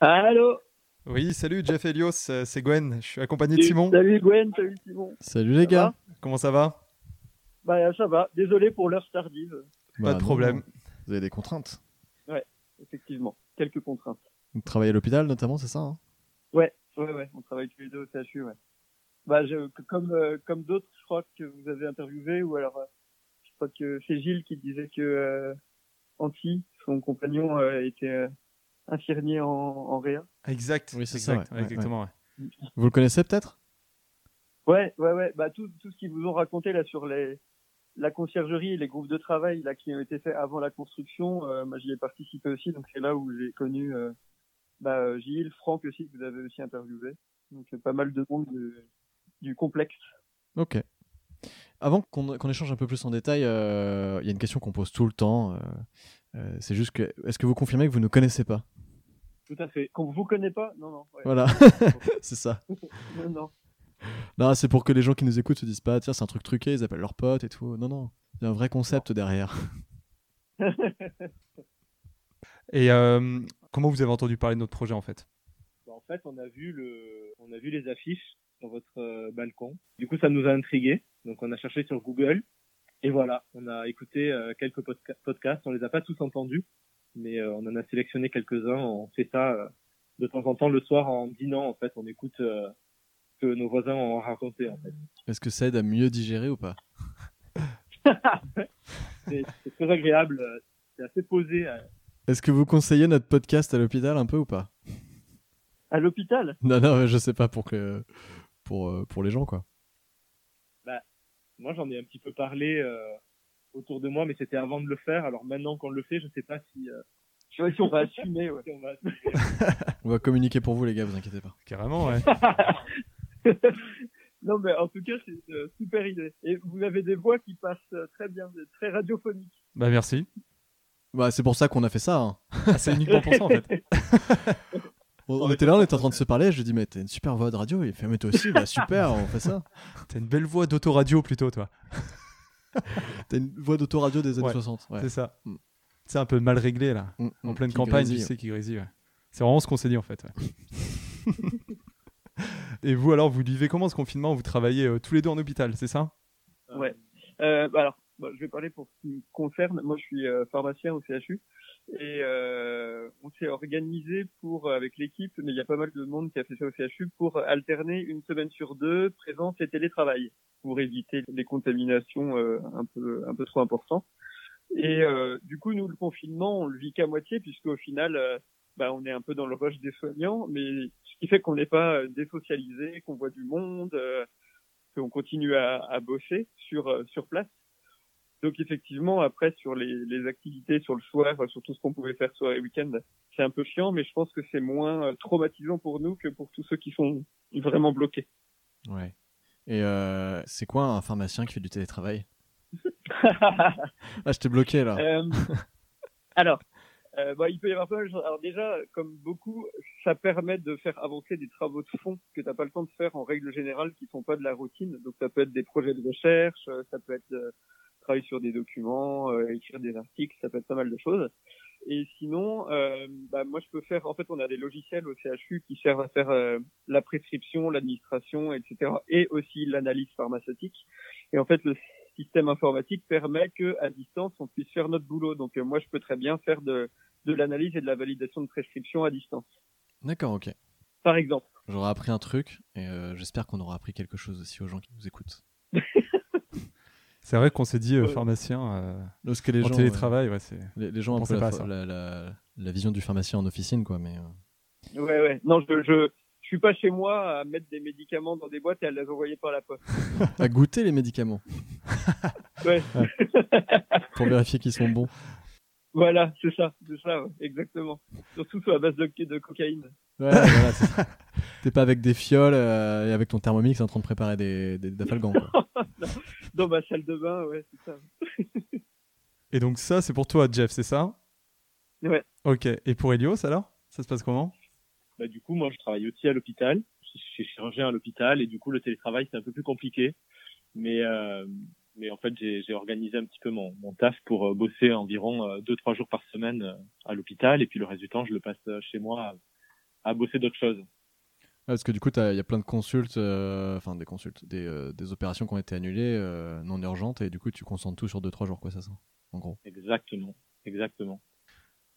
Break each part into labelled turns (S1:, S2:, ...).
S1: Allô
S2: Oui, salut Jeff Elios, euh, c'est Gwen, je suis accompagné de Simon.
S1: Salut Gwen, salut Simon.
S3: Salut les
S1: Ça
S3: gars.
S2: Comment ça va
S1: Bah ça va, désolé pour l'heure tardive,
S3: Bah,
S2: Pas de
S3: non,
S2: problème.
S3: non, Vous avez des contraintes.
S1: effectivement. Quelques contraintes.
S3: Vous travaillez à l'hôpital notamment, c'est ça hein
S1: Ouais, ouais, ouais, on travaille tous les deux au CHU, ouais. Bah je, que- comme euh, comme d'autres, je crois que vous avez interviewé, ou alors euh, je crois que c'est Gilles qui disait que euh, Anti, son compagnon, euh, était euh, infirmier en, en réa.
S2: Exact.
S3: Oui, c'est
S2: exact,
S3: ça, ouais, ouais,
S2: exactement. ouais.
S3: Vous le connaissez peut-être
S1: Ouais, ouais, ouais, bah tout, tout ce qu'ils vous ont raconté là sur les la conciergerie, et les groupes de travail là qui ont été faits avant la construction, euh, moi j'y ai participé aussi, donc c'est là où j'ai connu euh, bah, euh, Gilles, Franck aussi que vous avez aussi interviewé, donc euh, pas mal de monde de- du complexe.
S3: Ok. Avant qu'on qu'on échange un peu plus en détail, euh, il y a une question qu'on pose tout le temps. euh, euh, c'est juste que, est-ce que vous confirmez que vous ne connaissez pas
S1: Tout à fait. Qu'on vous connaît pas Non, non. ouais.
S3: Voilà, c'est ça.
S1: non, non.
S3: Non, c'est pour que les gens qui nous écoutent se disent pas, tiens, c'est un truc truqué, ils appellent leurs potes et tout. Non, non, il y a un vrai concept derrière.
S2: Et euh, comment vous avez entendu parler de notre projet en fait
S4: Bah, en fait, on a vu le, on a vu les affiches sur votre euh, balcon. Du coup, ça nous a intrigué. Donc, on a cherché sur Google. Et voilà, on a écouté euh, quelques podca- podcasts. On les a pas tous entendus, mais euh, on en a sélectionné quelques-uns. On fait ça euh, de temps en temps le soir en dînant. En fait, on écoute euh, ce que nos voisins ont raconté. En fait,
S3: Est-ce que ça aide à mieux digérer ou pas
S4: c'est c'est très agréable. euh, C'est assez posé. euh.
S3: Est-ce que vous conseillez notre podcast à l'hôpital un peu ou pas
S1: À l'hôpital
S3: Non, non, je sais pas pour que pour euh, pour les gens quoi.
S4: Moi, j'en ai un petit peu parlé euh, autour de moi, mais c'était avant de le faire. Alors maintenant qu'on le fait, je sais pas si, euh,
S1: Je sais pas si on va assumer, ouais.
S4: si on va
S3: On va communiquer pour vous les gars, vous inquiétez pas.
S2: Carrément, ouais.
S1: Non, mais en tout cas, c'est une super idée. Et vous avez des voix qui passent euh, très bien, vous êtes très radiophoniques.
S2: bah merci.
S3: Bah c'est pour ça qu'on a fait ça. hein.
S2: Ah, c'est uniquement pour ça en fait.
S3: On, on était là, on était en train de se parler. Je lui dis mais t'as une super voix de radio. Il fait mais toi aussi, bah super, on fait ça.
S2: T'as une belle voix d'autoradio plutôt, toi.
S3: T'as une voix d'autoradio des années
S2: Ouais,
S3: 60. Ouais.
S2: C'est ça.
S3: Mm.
S2: C'est un peu mal réglé là.
S3: Mm,
S2: En
S3: mm,
S2: pleine
S3: qui
S2: campagne,
S3: grésille.
S2: tu sais, qui grésille. ouais. C'est vraiment ce qu'on s'est dit en fait. ouais. Et vous alors, vous vivez comment ce confinement Vous travaillez euh, tous les deux en hôpital, c'est ça
S1: Ouais. Euh, bah alors, bon, je vais parler pour ce qui me concerne. Moi, je suis euh, pharmacien au CHU et euh, on s'est organisé pour euh, avec l'équipe, mais il y a pas mal de monde qui a fait ça au CHU pour alterner une semaine sur deux présence et télétravail pour éviter les contaminations euh, un peu un peu trop importantes. Et euh, du coup, nous, le confinement, on le vit qu'à moitié puisqu'au final, euh, bah, on est un peu dans le rush des soignants, mais ce qui fait qu'on n'est pas euh, désocialisé, qu'on voit du monde. euh, qu'on continue à, à bosser sur euh, sur place. Donc effectivement, après sur les, les activités sur le soir, euh, sur tout ce qu'on pouvait faire soir et week-end, c'est un peu chiant, mais je pense que c'est moins euh, traumatisant pour nous que pour tous ceux qui sont vraiment bloqués.
S3: Ouais. Et euh, c'est quoi un pharmacien qui fait du télétravail Ah je t'ai bloqué là.
S1: Euh, alors, euh, bah, il peut y avoir pas mal de choses. Alors déjà, comme beaucoup, ça permet de faire avancer des travaux de fond que t'as pas le temps de faire en règle générale, qui sont pas de la routine. Donc ça peut être des projets de recherche, euh, ça peut être euh, travailler sur des documents, euh, écrire des articles, ça peut être pas mal de choses. Et sinon, euh, bah, moi je peux faire. En fait, on a des logiciels au CHU qui servent à faire euh, la prescription, l'administration, etc. Et aussi l'analyse pharmaceutique. Et en fait, le système informatique permet que à distance on puisse faire notre boulot. Donc euh, moi je peux très bien faire de, de l'analyse et de la validation de prescription à distance.
S3: D'accord, ok.
S1: Par exemple.
S3: J'aurais appris un truc et euh, j'espère qu'on aura appris quelque chose aussi aux gens qui nous écoutent.
S2: C'est vrai qu'on s'est dit euh,
S1: Euh,
S2: pharmacien euh,
S3: Parce que les
S2: en
S3: gens,
S2: télétravail, ouais, c'est.
S3: ouais, les, les gens ont un
S2: Pensez
S3: peu la,
S2: pas à ça.
S3: la- la- la vision du pharmacien en officine quoi, mais. euh,
S1: Ouais ouais. Non je je je suis pas chez moi à mettre des médicaments dans des boîtes et à les envoyer par la poste.
S3: à goûter les médicaments.
S1: Ouais.
S3: Pour vérifier qu'ils sont bons.
S1: Voilà c'est ça c'est ça ouais, exactement. Surtout sur la base de, de cocaïne.
S3: Ouais, voilà, c'est ça. T'es pas avec des fioles euh, et avec ton thermomix en train de préparer des, des, des afalgans, quoi.
S1: Dans ma salle de bain ouais c'est ça.
S2: Et donc ça, c'est pour toi, Jeff, c'est ça
S1: Ouais.
S2: Ok. Et pour Elios alors Ça se passe comment
S4: bah, du coup, moi, je travaille aussi à l'hôpital. Je suis chirurgien à l'hôpital et du coup, le télétravail, c'est un peu plus compliqué. Mais, euh, mais en fait, j'ai j'ai organisé un petit peu mon, mon taf pour euh, bosser environ euh, deux, trois jours par semaine euh, à l'hôpital. Et puis, le reste du temps, je le passe euh, chez moi à bosser d'autres choses.
S3: Ouais, parce que du coup, il y a plein de consultes, euh, enfin des consultes, des, euh, des opérations qui ont été annulées, euh, non urgentes, et du coup, tu concentres tout sur 2-3 jours, quoi, ça, ça En gros.
S4: Exactement, exactement.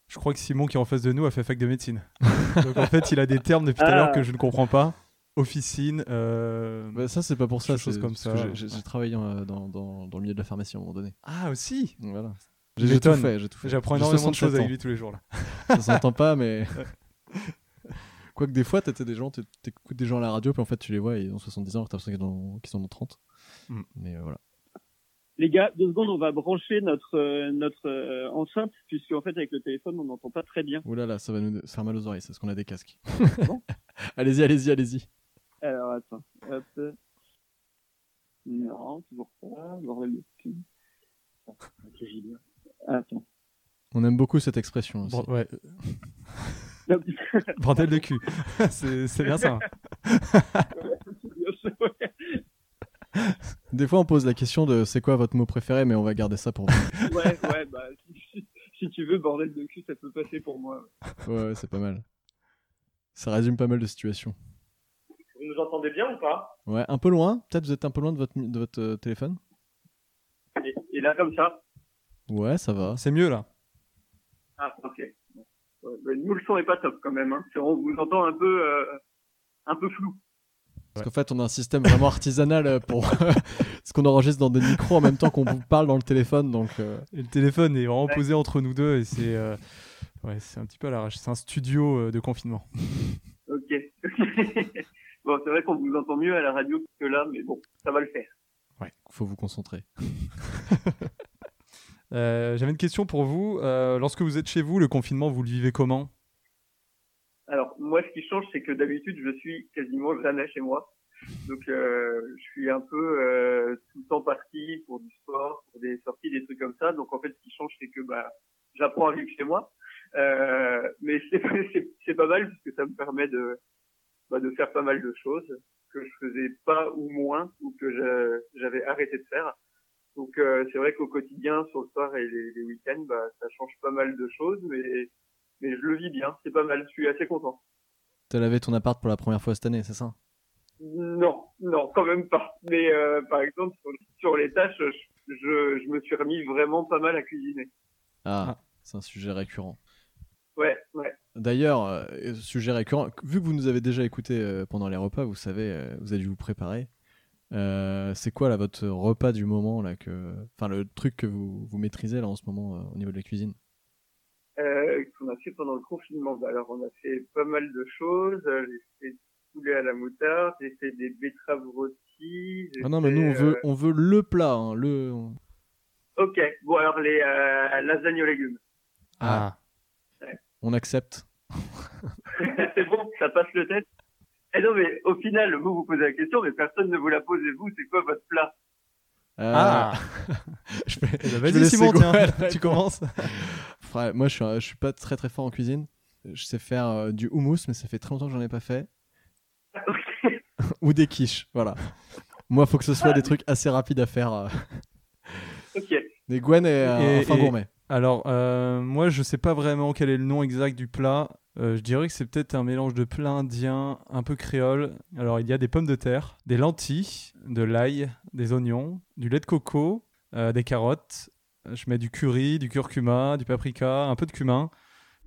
S2: Je crois que Simon, qui est en face de nous, a fait fac de médecine. Donc en fait, il a des termes depuis tout à l'heure
S1: Ah.
S2: que je ne comprends pas. Officine, euh,
S3: Bah, ça, c'est pas pour ça,
S2: Des choses
S3: c'est-
S2: comme
S3: parce
S2: ça,
S3: que j'ai-
S2: ouais.
S3: J'ai j'ai travaillé euh, dans, dans, dans le milieu de la pharmacie à un moment donné.
S2: Ah aussi
S3: Donc, Voilà.
S2: Tu
S3: J'ai tout
S2: m'étonnes.
S3: fait, j'ai tout fait.
S2: J'apprends
S3: J'ai
S2: énormément de
S3: 67
S2: choses avec
S3: ans.
S2: lui tous les jours là.
S3: Ça s'entend pas, mais. Quoique des fois, t'étais des gens, t'é- t'écoutes des gens à la radio, puis en fait, tu les vois, ils ont 70 ans, alors t'as l'impression qu'ils en ont- qu'ils en ont 30.
S2: Mm.
S3: Mais euh, voilà.
S1: Les gars, deux secondes, on va brancher notre euh, notre euh, enceinte puisque en fait avec le téléphone on n'entend pas très bien.
S3: Ouh là là, ça va nous faire mal aux oreilles, c'est parce qu'on a des casques.
S1: Bon.
S3: allez-y, allez-y, allez-y.
S1: Alors attends, hop. euh. Non, toujours pas. Bordel de cul. Attends.
S3: On aime beaucoup cette expression hein, aussi.
S2: Bon, ouais.
S1: Non,
S2: Bordel de cul. c'est c'est bien ça.
S3: Des fois, on pose la question de c'est quoi votre mot préféré, mais on va garder ça pour vous.
S1: ouais, ouais, bah si, si tu veux bordel de cul, ça peut passer pour moi.
S3: ouais, ouais, c'est pas mal. Ça résume pas mal de situations.
S4: Vous nous entendez bien ou pas
S3: Ouais, un peu loin, peut-être vous êtes un peu loin de votre, mi- de votre euh, téléphone.
S4: et, là, comme ça
S3: Ouais, ça va.
S2: C'est mieux là.
S1: Ah, ok. Ouais, bah, nous le son est pas top quand même. Hein. C'est- On vous entend un peu euh, un peu flou.
S3: Parce qu'en fait, on a un système vraiment artisanal euh, pour ce qu'on enregistre dans des micros en même temps qu'on vous parle dans le téléphone. Donc, euh,
S2: Et le téléphone est vraiment
S1: Ouais.
S2: posé entre nous deux et c'est euh, ouais, c'est un petit peu à l'arrache. C'est un studio euh, de confinement.
S1: Ok. bon, c'est vrai qu'on vous entend mieux à la radio que là, mais bon, ça va le faire.
S3: faut vous concentrer.
S2: Euh, J'avais une question pour vous. Euh, lorsque vous êtes chez vous, le confinement, vous le vivez comment
S1: Alors, moi, ce qui change, c'est que d'habitude, je suis quasiment jamais chez moi. Donc, euh, je suis un peu euh, tout le temps parti pour du sport, pour des sorties, des trucs comme ça. Donc, en fait, ce qui change, c'est que bah, j'apprends à vivre chez moi. Euh, mais c'est c'est- c'est pas mal, parce que ça me permet de, bah, de faire pas mal de choses que je faisais pas ou moins, ou que je- j'avais arrêté de faire. Donc, euh, c'est vrai qu'au quotidien, sur le soir et les, les week-ends, bah, ça change pas mal de choses, mais mais je le vis bien, c'est pas mal, je suis assez content.
S3: T'as lavé ton appart pour la première fois cette année, c'est ça
S1: Non, non, quand même pas. Mais euh, par exemple, sur, sur les tâches, je, je, je me suis remis vraiment pas mal à cuisiner.
S3: Ah,
S2: Ah.
S3: c'est un sujet récurrent.
S1: Ouais, ouais.
S3: D'ailleurs, euh, sujet récurrent, vu que vous nous avez déjà écouté euh, pendant les repas, vous savez, euh, vous avez dû vous préparer. Euh, c'est quoi là votre repas du moment là que, enfin le truc que vous, vous maîtrisez là en ce moment euh, au niveau de la cuisine
S1: Euh, qu'on a fait pendant le confinement. Bah, Alors, on a fait pas mal de choses. Euh, J'ai fait du poulet à la moutarde, j'ai fait des betteraves rôties. j'ai
S3: Ah non mais nous on
S1: fait,
S3: veut
S1: euh,
S3: on veut le plat, hein, le.
S1: Ok, bon alors les euh, lasagnes aux légumes.
S3: Ah. On accepte.
S1: Ah, c'est bon, ça passe le test. Eh non, mais au final, vous vous posez la question, mais personne ne vous la pose. Et vous, c'est quoi votre plat
S3: Euh,
S2: Ah.
S3: je vais-
S2: Eh ben,
S3: Je vais
S2: Vas-y Simon,
S3: laisser
S2: tiens,
S3: Gwen
S2: tu
S3: répondre.
S2: commences.
S3: Fra- moi, je suis, un- je suis pas très très fort en cuisine. Je sais faire euh, du houmous, mais ça fait très longtemps que j'en ai pas fait. Ou des quiches, voilà. Moi, faut que ce soit des trucs assez rapides à faire. euh.
S1: Ok.
S3: Mais Gwen est un
S2: Et-
S3: fin
S2: et-
S3: gourmet.
S2: Alors, euh, moi, je sais pas vraiment quel est le nom exact du plat. Euh, je dirais que c'est peut-être un mélange de plat indien, un peu créole. Alors, il y a des pommes de terre, des lentilles, de l'ail, des oignons, du lait de coco, euh, des carottes. Euh, Je mets du curry, du curcuma, du paprika, un peu de cumin.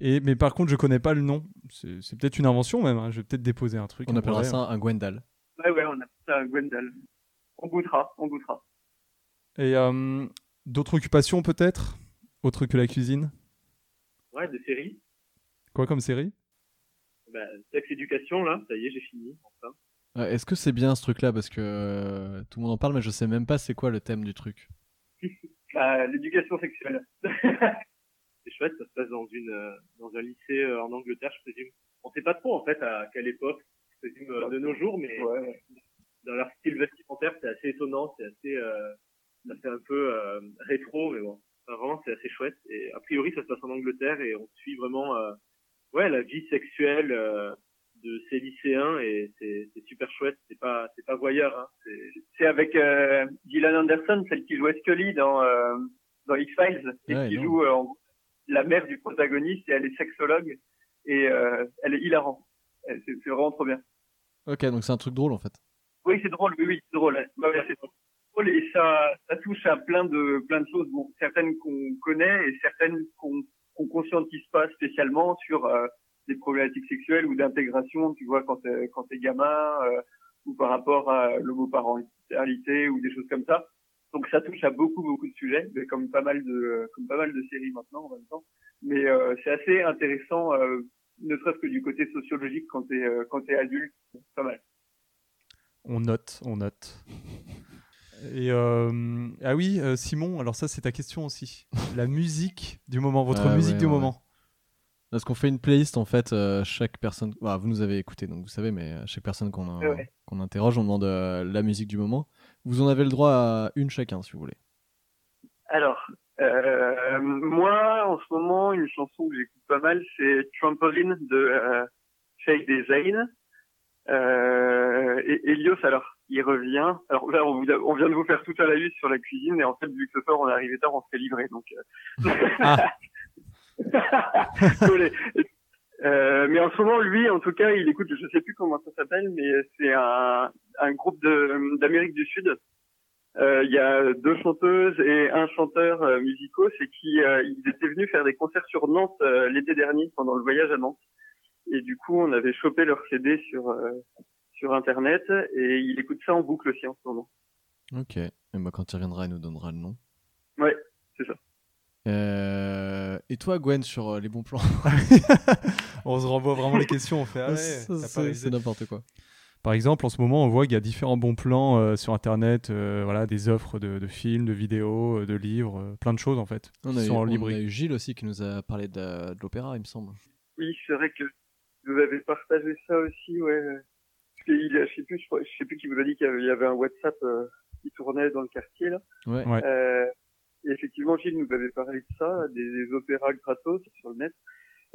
S2: Et, mais par contre, je connais pas le nom. C'est c'est peut-être une invention même. hein. Je vais peut-être déposer un truc.
S3: On hein.
S2: un
S3: appellera
S2: brevet.
S3: ça un Gwendal.
S1: Ouais, ouais, on a ça à Gwendal. On goûtera, on goûtera.
S2: Et euh, d'autres occupations peut-être Autre que la cuisine
S4: Ouais, de série.
S2: Quoi comme série
S4: Bah, sexe éducation, là, ça y est, j'ai fini. Enfin.
S3: Euh, Est-ce que c'est bien ce truc-là Parce que euh, tout le monde en parle, mais je sais même pas c'est quoi le thème du truc.
S1: Bah, l'éducation sexuelle.
S4: C'est chouette, ça se passe dans une euh, dans un lycée euh, en Angleterre, je présume. On sait pas trop en fait à quelle époque, je présume euh, de nos jours, mais
S1: Ouais.
S4: dans leur style vestimentaire, c'est assez étonnant, c'est assez euh, ça fait un peu euh, rétro, mais bon, Enfin, vraiment c'est assez chouette. Et a priori, ça se passe en Angleterre et on suit vraiment euh, ouais la vie sexuelle euh, de ces lycéens et c'est c'est super chouette. C'est pas c'est pas voyeur, hein. c'est
S1: C'est avec euh, Dylan Anderson, celle qui jouait Scully dans, euh, dans X-Files, et
S3: Ouais,
S1: qui
S3: non.
S1: joue euh, en- la mère du protagoniste, et elle est sexologue, et euh, elle est hilarante. Euh, C'est c'est vraiment trop bien.
S3: Ok, donc c'est un truc drôle en fait.
S1: Oui, c'est drôle, oui, oui, c'est drôle. hein. ouais. Ouais, ouais, c'est drôle. Et ça, ça touche à plein de, plein de choses, bon, certaines qu'on connaît et certaines qu'on qu'on conscientise pas spécialement sur euh, des problématiques sexuelles ou d'intégration, tu vois, quand t'es quand t'es gamin, euh, ou par rapport à l'homoparentalité ou des choses comme ça. Donc ça touche à beaucoup, beaucoup de sujets, mais comme pas mal de, comme pas mal de séries maintenant en même temps. Mais euh, c'est assez intéressant, euh, ne serait-ce que du côté sociologique quand t'es euh, quand t'es adulte, c'est pas mal.
S2: On note, on note. Et euh, ah oui, euh, Simon, alors ça c'est ta question aussi. La musique du moment, votre
S3: Ah
S2: musique
S3: ouais,
S2: du
S3: ouais,
S2: moment.
S3: Parce qu'on fait une playlist en fait, euh, chaque personne. bah, vous nous avez écouté donc vous savez, mais euh, chaque personne qu'on euh,
S1: Ouais.
S3: qu'on interroge, on demande euh, la musique du moment. Vous en avez le droit à une chacun si vous voulez.
S1: Alors, euh, moi, en ce moment, une chanson que j'écoute pas mal, c'est Trampoline de euh, Shade et Zane. Euh, et Elios, alors, il revient. Alors là, on, vous a- on vient de vous faire toute à la huile sur la cuisine, et en fait, vu que ce soir, on est arrivé tard, on se fait livrer. Donc, euh...
S2: Ah.
S1: Désolé. Euh, mais en ce moment, lui, en tout cas, il écoute, je sais plus comment ça s'appelle, mais c'est un, un groupe de- d'Amérique du Sud. Euh, Il y a deux chanteuses et un chanteur euh, musicaux, c'est qui euh, ils étaient venus faire des concerts sur Nantes euh, l'été dernier pendant le voyage à Nantes. Et du coup, on avait chopé leur CD sur euh, sur internet et il écoute ça en boucle aussi en ce moment.
S3: Ok. Et bah, quand il reviendra, il nous donnera le nom.
S1: Ouais, c'est ça.
S3: Euh, Et toi, Gwen, sur euh, les bons plans
S2: On se renvoie vraiment les questions, on fait ah ouais,
S3: Ça,
S2: t'as pas
S3: C'est
S2: révisé.
S3: c'est n'importe quoi.
S2: Par exemple, en ce moment, on voit qu'il y a différents bons plans euh, sur Internet, euh, voilà, des offres de, de films, de vidéos, euh, de livres, euh, plein de choses en fait.
S3: On
S2: qui
S3: a, eu,
S2: sont en
S3: on
S2: libre.
S3: a eu Gilles aussi qui nous a parlé de, la- de l'opéra, il me semble.
S1: Oui, c'est vrai que vous avez partagé ça aussi, ouais. Et il, je sais plus, je, crois- je sais plus qui vous a dit qu'il y avait- il y avait un WhatsApp euh, qui tournait dans le quartier là.
S3: Ouais.
S2: Ouais.
S1: Euh, et effectivement, Gilles nous avait parlé de ça, des, des opéras gratos sur le net.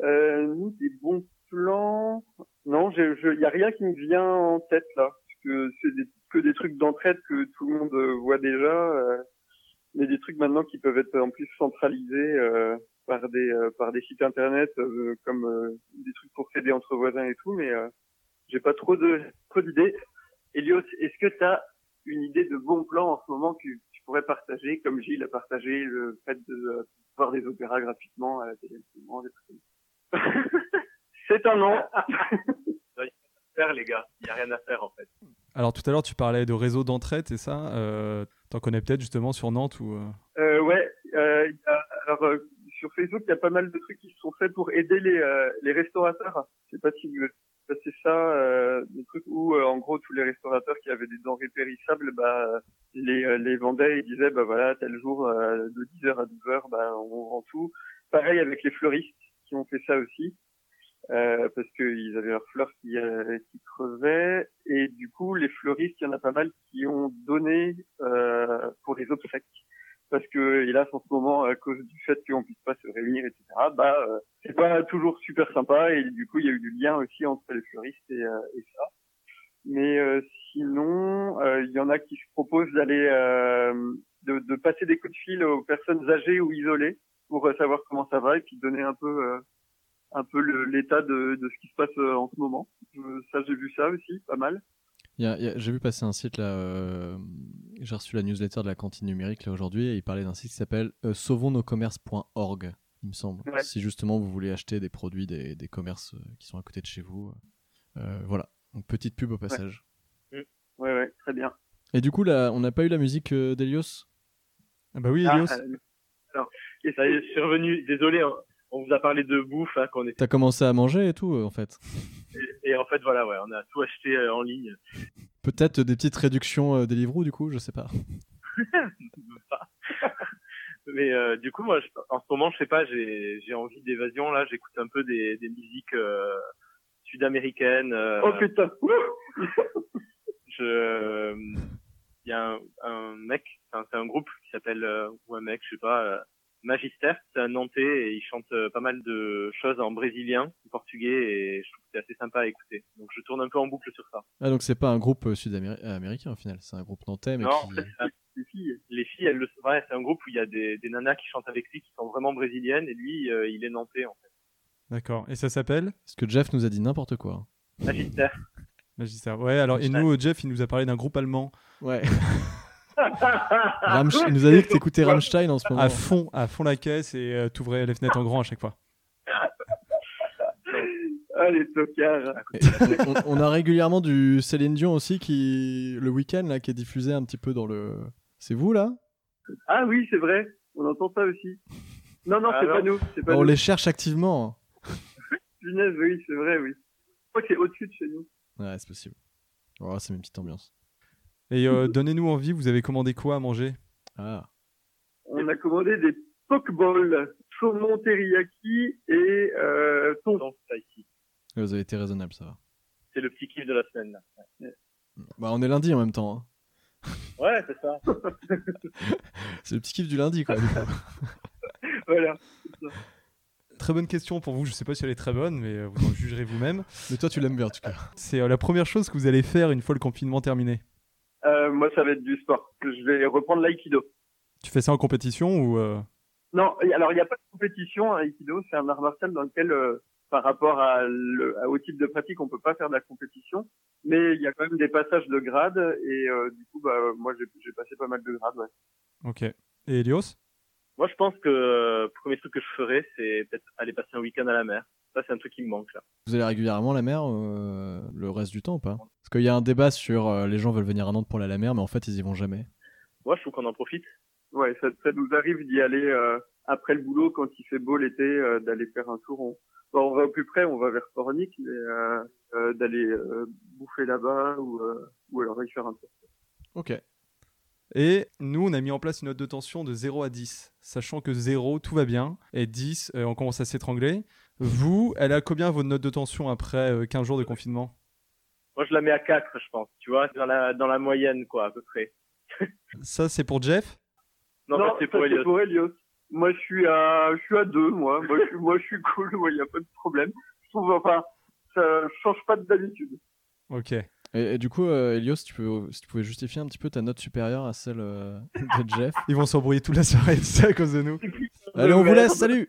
S1: Euh, nous, des bons plans. Non, je, je, y a rien qui me vient en tête là, parce que c'est des, que des trucs d'entraide que tout le monde euh, voit déjà, euh, mais des trucs maintenant qui peuvent être en plus centralisés euh, par des euh, par des sites internet, euh, comme euh, des trucs pour s'aider entre voisins et tout. Mais euh, j'ai pas trop de trop d'idées. Elios, est-ce que t'as une idée de bon plan en ce moment que tu pourrais partager, comme Gilles a partagé le fait de euh, voir des opéras gratuitement à la télé. en ce moment, des trucs comme ça. C'est un non.
S4: Faire, les gars. Il n'y a rien à faire, en fait.
S2: Alors tout à l'heure, tu parlais de réseau d'entraide, c'est ça Euh, T'en connais peut-être justement sur Nantes ou euh,
S1: Euh, ouais. euh, il y a- alors euh, sur Facebook, il y a pas mal de trucs qui se sont faits pour aider les, euh, les restaurateurs. Je sais pas si vous passez ça, euh, des trucs où euh, en gros tous les restaurateurs qui avaient des denrées périssables, bah euh, les, euh, les vendaient et disaient bah voilà tel jour euh, de 10h à 12h, bah on vend tout. Pareil avec les fleuristes qui ont fait ça aussi. Euh, parce qu'ils avaient leurs fleurs qui, euh, qui crevaient et du coup les fleuristes il y en a pas mal qui ont donné euh, pour les obsèques parce que hélas en ce moment à cause du fait qu'on puisse pas se réunir etc bah euh, c'est pas toujours super sympa et du coup il y a eu du lien aussi entre les fleuristes et, euh, et ça mais euh, sinon euh, il y en a qui se proposent d'aller euh, de, de passer des coups de fil aux personnes âgées ou isolées pour euh, savoir comment ça va et puis donner un peu euh, un peu le- l'état de, de ce qui se passe euh, en ce moment Je- ça j'ai vu ça aussi pas mal
S3: Il y a- il y a- J'ai vu passer un site là. euh, J'ai reçu la newsletter de la cantine numérique là aujourd'hui et il parlait d'un site qui s'appelle euh, sauvonsnoscommerces.org, il me semble.
S1: Ouais.
S3: Si justement vous voulez acheter des produits des, des commerces euh, qui sont à côté de chez vous. Euh, voilà. Donc petite pub au passage.
S1: ouais ouais très bien
S3: Et du coup, là, on n'a pas eu la musique euh, d'Elios
S2: Ah Bah oui,
S1: Ah,
S2: Elios.
S1: euh, alors,
S4: Ça y est, je suis revenu. Désolé, hein. on vous a parlé de bouffe, hein, qu'on était.
S3: T'as commencé à manger et tout euh, en fait.
S4: Et, et en fait, voilà, ouais, on a tout acheté euh, en ligne.
S3: Peut-être des petites réductions euh, Deliveroo du coup, je sais pas.
S4: Mais euh, du coup, moi, je- en ce moment, je sais pas, j'ai j'ai envie d'évasion. Là, j'écoute un peu des, des musiques euh, sud-américaines. euh,
S1: oh putain
S4: je il y a un, un mec enfin, c'est un groupe qui s'appelle euh, ou un mec je sais pas euh, Magister c'est un Nantais et il chante euh, pas mal de choses en brésilien en portugais et je trouve que c'est assez sympa à écouter donc je tourne un peu en boucle sur ça
S3: Ah donc c'est pas un groupe euh, sud-américain au final, c'est un groupe nantais mais
S4: non
S3: qui...
S4: c'est- les filles les filles elles le ouais, c'est un groupe où il y a des, des nanas qui chantent avec lui qui sont vraiment brésiliennes et lui euh, il est Nantais en fait
S2: D'accord. Et ça s'appelle
S3: Parce que Jeff nous a dit n'importe quoi. hein.
S4: Magister.
S2: Magister. Ouais, alors, et nous, euh, Jeff, il nous a parlé d'un groupe allemand
S3: Ouais.
S1: Ah,
S3: Rammst- Il nous a dit que t'écoutais Rammstein en ce moment.
S2: à fond, à fond la caisse et euh, t'ouvrais les fenêtres en grand à chaque fois.
S1: Ah, les tocards.
S3: on, on a régulièrement du Céline Dion aussi qui le week-end là qui est diffusé un petit peu dans le. C'est vous là
S1: Ah oui, c'est vrai. On entend ça aussi. Non, non, c'est
S4: Alors
S1: pas nous. C'est pas
S3: On
S1: nous.
S3: les cherche activement.
S1: Punaise, oui, c'est vrai, oui. Je crois que c'est au-dessus de chez nous.
S3: hein. Ouais, c'est possible. Oh, c'est une petite ambiance.
S2: Et euh, donnez-nous envie, vous avez commandé quoi à manger
S3: Ah.
S1: On a commandé des pokeballs, saumon teriyaki et euh, thon.
S4: Donc, ça ici.
S3: Vous avez été raisonnable, ça va.
S4: C'est le petit kiff de la semaine. là.
S3: Bah, on est lundi en même temps. hein.
S4: Ouais, c'est ça.
S3: C'est le petit kiff du lundi, quoi. du coup.
S1: Voilà.
S2: Très bonne question pour vous, je sais pas si elle est très bonne, mais euh, vous en jugerez vous-même.
S3: Mais toi, tu l'aimes bien, en tout cas.
S2: C'est euh, la première chose que vous allez faire une fois le confinement terminé.
S1: Euh, moi, ça va être du sport. Je vais reprendre l'aïkido.
S2: Tu fais ça en compétition ou euh,
S1: Non, et alors il n'y a pas de compétition. Hein, Aikido, c'est un art martial dans lequel, euh, par rapport à le- à- au type de pratique, on peut pas faire de la compétition. Mais il y a quand même des passages de grade et euh, du coup, bah, euh, moi, j'ai j'ai passé pas mal de grades. Ouais.
S2: Ok. Et Elios
S4: Moi, je pense que euh, premier truc que je ferais, c'est peut-être aller passer un week-end à la mer. Ça, c'est un truc qui me manque, là.
S3: Vous allez régulièrement à la mer euh, le reste du temps ou pas Parce qu'il y a un débat sur euh, les gens veulent venir à Nantes pour aller à la mer, mais en fait, ils y vont jamais.
S4: Moi, je trouve qu'on en profite.
S1: Ouais, ça, ça nous arrive d'y aller euh, après le boulot quand il fait beau l'été, euh, d'aller faire un tour. On, bon, on va au plus près, on va vers Pornic, mais euh, euh, d'aller euh, bouffer là-bas ou, euh, ou alors y faire un tour.
S3: Ok.
S2: Et nous, on a mis en place une note de tension de 0 à 10, sachant que 0, tout va bien, et 10, euh, on commence à s'étrangler. Vous, elle a combien votre note de tension après euh, 15 jours de confinement
S4: Moi, je la mets à 4, je pense. Tu vois, dans la, dans la moyenne, quoi, à peu près.
S2: Ça, c'est pour Jeff
S4: Non, ça, c'est
S1: ça,
S4: pour Elliot.
S1: Elios. Moi, je suis à, je suis à deux, moi. Moi, je suis, moi, je suis cool. Moi, il n'y a pas de problème. Je trouve, enfin, ça change pas de d'habitude.
S2: Ok.
S3: Et, et du coup, euh, Elios, tu peux, si tu pouvais justifier un petit peu ta note supérieure à celle euh, de Jeff.
S2: Ils vont s'embrouiller toute la soirée, c'est à cause de nous.
S3: Allez, on vous laisse, salut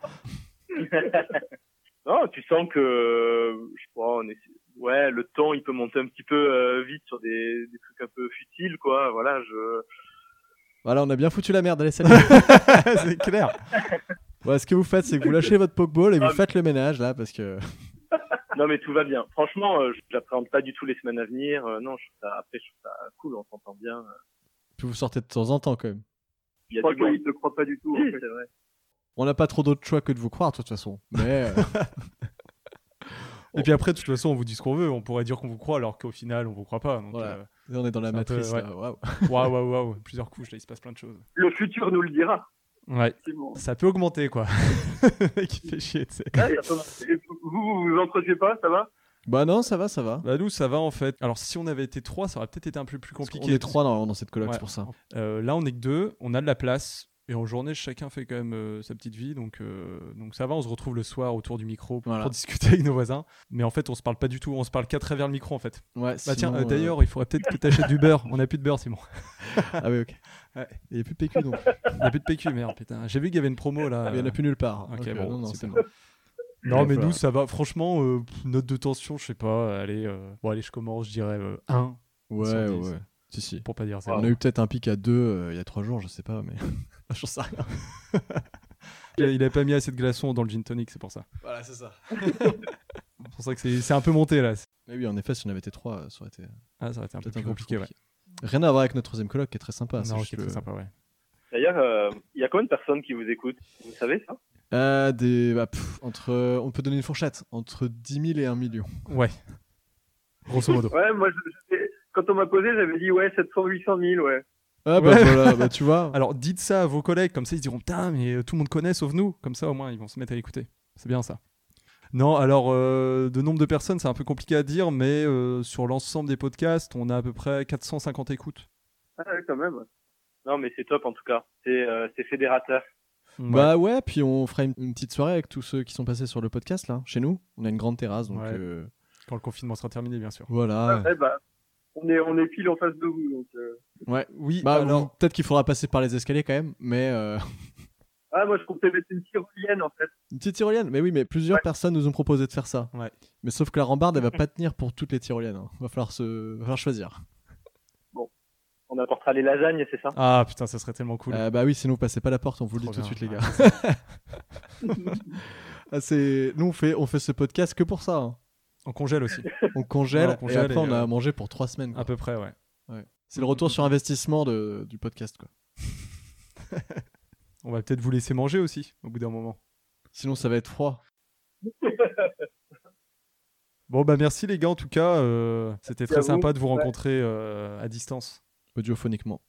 S4: Non, tu sens que, euh, je sais pas, on est, ouais, le temps, il peut monter un petit peu euh, vite sur des, des trucs un peu futiles, quoi. Voilà, je,
S3: Voilà, on a bien foutu la merde, allez, salut
S2: c'est clair.
S3: Ouais, ce que vous faites, c'est que vous lâchez votre Pokéball et
S2: Ah,
S3: vous faites le ménage là, parce que.
S4: non, mais tout va bien. Franchement, euh, je n'appréhende pas du tout les semaines à venir. Euh, non, je trouve ça, après, je trouve ça cool, on s'entend bien.
S3: Puis vous sortez de temps en temps quand même.
S4: Il
S1: Je
S4: y a
S1: crois
S4: du monde.
S1: qu'ils te croient pas du tout. en
S4: Oui,
S1: fait.
S4: c'est vrai.
S3: On n'a pas trop d'autres choix que de vous croire, de toute façon. Mais euh,
S2: Et puis après, de toute façon, on vous dit ce qu'on veut. On pourrait dire qu'on vous croit alors qu'au final, on vous croit pas. Donc,
S3: Voilà.
S2: euh,
S3: on est dans la
S2: C'est un peu,
S3: matrice
S2: ouais.
S3: là, waouh.
S2: waouh, waouh, waouh. Plusieurs couches, là, il se passe plein de choses.
S1: Le futur nous le dira.
S2: Ouais.
S1: effectivement.
S2: Ça peut augmenter, quoi. Le mec, il fait chier, tu sais.
S4: Ah,
S1: Et vous, vous vous entretenez pas, ça va
S3: Bah non, ça va, ça va.
S2: Bah, nous, ça va en fait. Alors, si on avait été trois, ça aurait peut-être été un peu plus compliqué.
S3: On est trois normalement dans cette coloc,
S2: Ouais.
S3: c'est pour ça.
S2: Euh, là, on est que deux, on a de la place. Et en journée, chacun fait quand même euh, sa petite vie. Donc, euh, donc ça va, on se retrouve le soir autour du micro pour,
S3: Voilà.
S2: pour discuter avec nos voisins. Mais en fait, on se parle pas du tout. On se parle qu'à travers le micro en fait.
S3: Ouais,
S2: Bah, tiens,
S3: sinon,
S2: euh,
S3: euh,
S2: d'ailleurs, il faudrait peut-être que t'achètes du beurre. On a plus de beurre, Simon.
S3: Ah oui, ok.
S2: Ouais.
S3: Il n'y a plus de PQ non.
S2: On a plus de PQ, merde, putain. J'ai vu qu'il y avait une promo là.
S3: Ah, Il n'y en a plus nulle part.
S2: Ok,
S3: Donc,
S2: bon,
S3: euh, non, non,
S2: super.
S3: c'est bon.
S2: Non,
S3: Ouais,
S2: mais
S3: voilà.
S2: nous, ça va. Franchement, euh, pff, note de tension, je sais pas. Allez, euh, bon, allez, je commence, je dirais 1
S3: Ouais,
S2: Sur dix.
S3: ouais. Si, si.
S2: pour pas dire ça.
S3: On a eu peut-être un pic à deux euh, il y a trois jours, je sais pas, mais. J'en sais rien.
S2: Il a pas mis assez de glaçons dans le gin tonic, c'est pour ça.
S3: Voilà, c'est ça.
S2: C'est pour ça que c'est c'est un peu monté là.
S3: Mais oui, en effet, si on avait été trois, euh, ça aurait été
S2: Ah, ça aurait été un peu
S3: peut-être
S2: plus
S3: un peu Bah,
S2: compliqué, ouais.
S3: Rien à voir avec notre troisième coloc qui est très sympa. c'est
S2: non,
S3: juste
S2: ok,
S3: le-
S2: très sympa, ouais.
S4: D'ailleurs, euh, il y a combien de personnes qui vous écoutent Vous savez ça
S3: Euh, des, bah, pff, entre, euh, on peut donner une fourchette entre 10 000 et 1 million.
S2: Ouais. Grosso modo.
S1: Ouais, moi, je- je- quand on m'a posé, j'avais dit ouais, 700, 800 000, ouais.
S3: Ah bah
S2: Ouais.
S3: voilà, bah, tu vois.
S2: Alors dites ça à vos collègues, comme ça ils se diront Putain, mais euh, tout le monde connaît sauf nous. Comme ça au moins ils vont se mettre à l'écouter. C'est bien ça. Non, alors euh, de nombre de personnes, c'est un peu compliqué à dire, mais euh, sur l'ensemble des podcasts, on a à peu près 450 écoutes.
S1: Ah, ouais, quand même.
S4: Non, mais c'est top en tout cas. C'est euh, c'est fédérateur.
S3: Bah ouais, puis on fera une, une petite soirée avec tous ceux qui sont passés sur le podcast là, chez nous. On a une grande terrasse, donc
S2: Ouais.
S3: euh,
S2: Quand le confinement sera terminé, bien sûr.
S3: voilà.
S1: Ouais, bah, on est, on est pile en face de vous, donc. euh,
S2: Oui,
S3: Bah
S2: alors.
S3: vous- peut-être qu'il faudra passer par les escaliers quand même, mais euh,
S1: Ah, moi, je comptais mettre une tyrolienne, en fait.
S3: Une petite tyrolienne Mais oui, mais plusieurs personnes nous ont proposé de faire ça.
S2: Ouais.
S3: Mais sauf que la rambarde, elle va pas tenir pour toutes les tyroliennes. hein. Va, falloir se... va falloir choisir.
S5: On apportera les lasagnes, c'est ça
S2: Ah putain, ça serait tellement cool.
S3: Euh, bah oui, sinon vous passez pas la porte, on vous le dit
S2: Trop
S3: tout de
S2: bien.
S3: suite, les gars.
S2: Ah,
S3: Ah, c'est... Nous, on fait... on fait ce podcast que pour ça. hein.
S2: On congèle aussi,
S3: On congèle,
S2: Ouais, on congèle
S3: et après,
S2: et,
S3: on a
S2: euh,
S3: mangé pour trois semaines. quoi.
S2: à peu près, ouais.
S3: C'est le retour sur investissement de- du podcast, quoi.
S2: On va peut-être vous laisser manger aussi, au bout d'un moment.
S3: Sinon, ça va être froid.
S2: Bon, bah merci les gars, en tout cas. euh, C'était
S1: à
S2: très
S1: vous.
S2: sympa de vous
S1: Ouais.
S2: rencontrer euh, à distance.
S3: Audiophoniquement.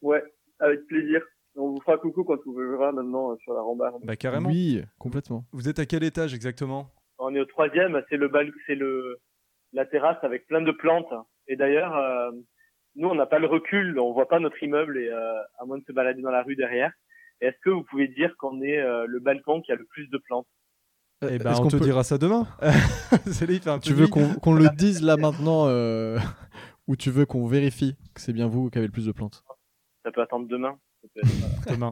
S1: Ouais, avec plaisir. On vous fera coucou quand on vous verra maintenant euh, sur la rambarde.
S2: Bah carrément.
S3: Oui, complètement.
S2: Vous êtes à quel étage exactement
S5: On est au troisième, c'est le bal, c'est le la terrasse avec plein de plantes. Et d'ailleurs, euh, nous on n'a pas le recul, on voit pas notre immeuble et euh, à moins de se balader dans la rue derrière. Est-ce que vous pouvez dire qu'on est euh, le balcon qui a le plus de plantes
S2: Eh
S3: Euh,
S2: ben,
S3: est-ce
S2: on
S3: qu'on
S2: te
S3: peut-
S2: dira ça demain. C'est là, il fait un
S3: Tu
S2: peu
S3: veux
S2: vide.
S3: qu'on qu'on le dise là maintenant euh, ou tu veux qu'on vérifie que c'est bien vous qui avez le plus de plantes
S5: Ça peut attendre demain.
S2: demain.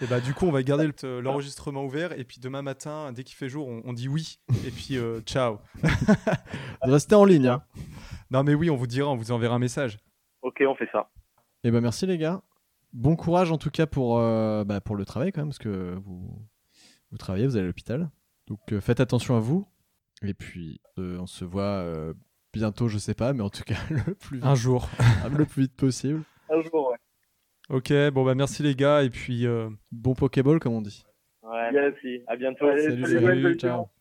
S2: Et bah du coup, on va garder le- l'enregistrement ouvert et puis demain matin, dès qu'il fait jour, on, on dit oui et puis euh, ciao.
S3: Restez en ligne. Hein.
S2: Non mais oui, on vous dira, on vous enverra un message.
S5: Ok, on fait ça.
S3: Eh ben merci les gars. Bon courage en tout cas pour, euh, bah, pour le travail quand même, parce que vous, vous travaillez, vous allez à l'hôpital. Donc euh, faites attention à vous. Et puis euh, on se voit euh, bientôt, je sais pas, mais en tout cas le plus vite,
S2: Un jour.
S3: le plus vite possible.
S1: Un jour, ouais.
S2: Ok, bon bah merci les gars et puis euh,
S3: Bon Pokéball comme on dit.
S5: Ouais,
S1: Yes.
S5: merci. À bientôt.
S1: Allez,
S3: salut,
S1: salut, ouais,
S3: salut,
S1: salut.
S3: ciao.